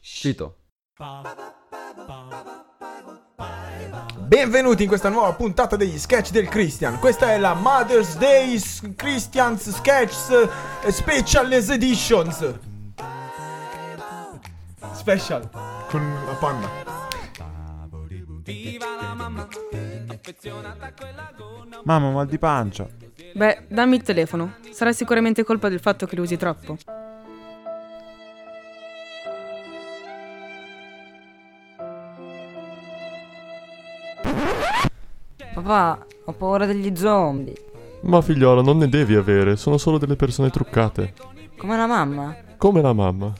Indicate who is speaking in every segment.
Speaker 1: uscito.
Speaker 2: Benvenuti in questa nuova puntata degli sketch del Christian. Questa è la Mother's Day S- Christian's Sketch eh, Special Editions. Special con la panna.
Speaker 3: Mamma, mal di pancia.
Speaker 4: Beh, dammi il telefono. Sarà sicuramente colpa del fatto che lo usi troppo.
Speaker 5: Papà, ho paura degli zombie.
Speaker 6: Ma figliola, non ne devi avere, sono solo delle persone truccate.
Speaker 5: Come la mamma?
Speaker 6: Come la mamma.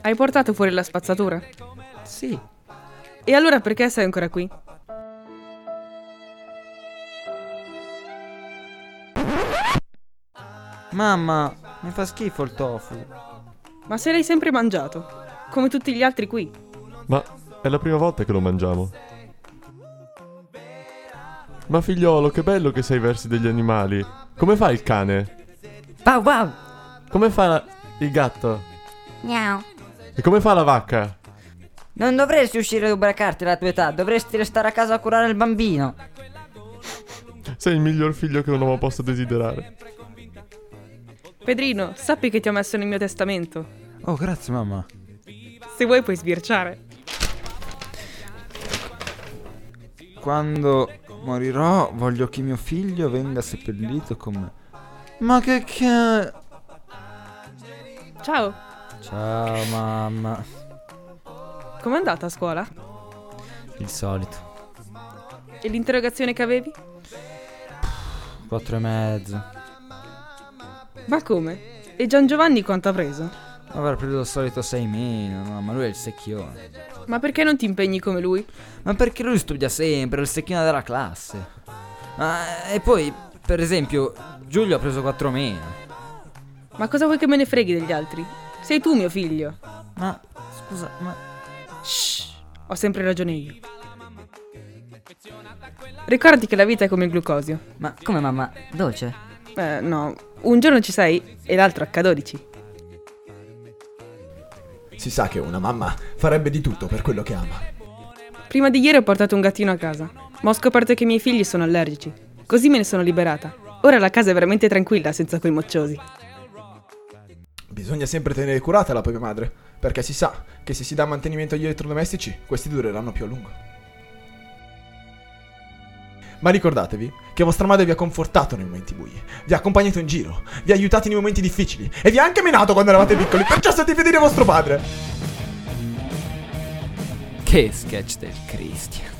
Speaker 4: Hai portato fuori la spazzatura?
Speaker 5: Sì.
Speaker 4: E allora perché sei ancora qui?
Speaker 5: Mamma, mi fa schifo il tofu.
Speaker 4: Ma se l'hai sempre mangiato, come tutti gli altri qui.
Speaker 6: Ma è la prima volta che lo mangiamo. Ma figliolo, che bello che sei versi degli animali. Come fa il cane?
Speaker 5: Wow wow!
Speaker 6: Come fa la- il gatto?
Speaker 7: Miau.
Speaker 6: E come fa la vacca?
Speaker 5: Non dovresti uscire ad ubriacarti alla tua età, dovresti restare a casa a curare il bambino.
Speaker 6: Sei il miglior figlio che un uomo possa desiderare.
Speaker 4: Pedrino, sappi che ti ho messo nel mio testamento.
Speaker 3: Oh, grazie, mamma.
Speaker 4: Se vuoi puoi sbirciare.
Speaker 3: Quando morirò, voglio che mio figlio venga seppellito con me. Ma che che.
Speaker 4: Ciao,
Speaker 3: Ciao, mamma.
Speaker 4: com'è andata a scuola?
Speaker 8: Il solito.
Speaker 4: E l'interrogazione che avevi?
Speaker 8: Quattro e mezzo.
Speaker 4: Ma come? E Gian Giovanni quanto ha preso?
Speaker 8: Avrà preso il solito 6 meno, no, ma lui è il secchione.
Speaker 4: Ma perché non ti impegni come lui?
Speaker 8: Ma perché lui studia sempre, è il secchione della classe. Ah, e poi, per esempio, Giulio ha preso 4 meno.
Speaker 4: Ma cosa vuoi che me ne freghi degli altri? Sei tu mio figlio.
Speaker 8: Ma, scusa, ma...
Speaker 4: Shh, ho sempre ragione io. Ricordi che la vita è come il glucosio.
Speaker 5: Ma come mamma? Dolce?
Speaker 4: Eh, no, un giorno ci sei e l'altro a K12.
Speaker 2: Si sa che una mamma farebbe di tutto per quello che ama.
Speaker 4: Prima di ieri ho portato un gattino a casa, ma ho scoperto che i miei figli sono allergici. Così me ne sono liberata. Ora la casa è veramente tranquilla senza quei mocciosi.
Speaker 2: Bisogna sempre tenere curata la propria madre, perché si sa che se si dà mantenimento agli elettrodomestici, questi dureranno più a lungo. Ma ricordatevi che vostra madre vi ha confortato nei momenti bui, vi ha accompagnato in giro, vi ha aiutato nei momenti difficili e vi ha anche menato quando eravate piccoli, perciò state fedeli a vostro padre!
Speaker 8: Che sketch del Christian.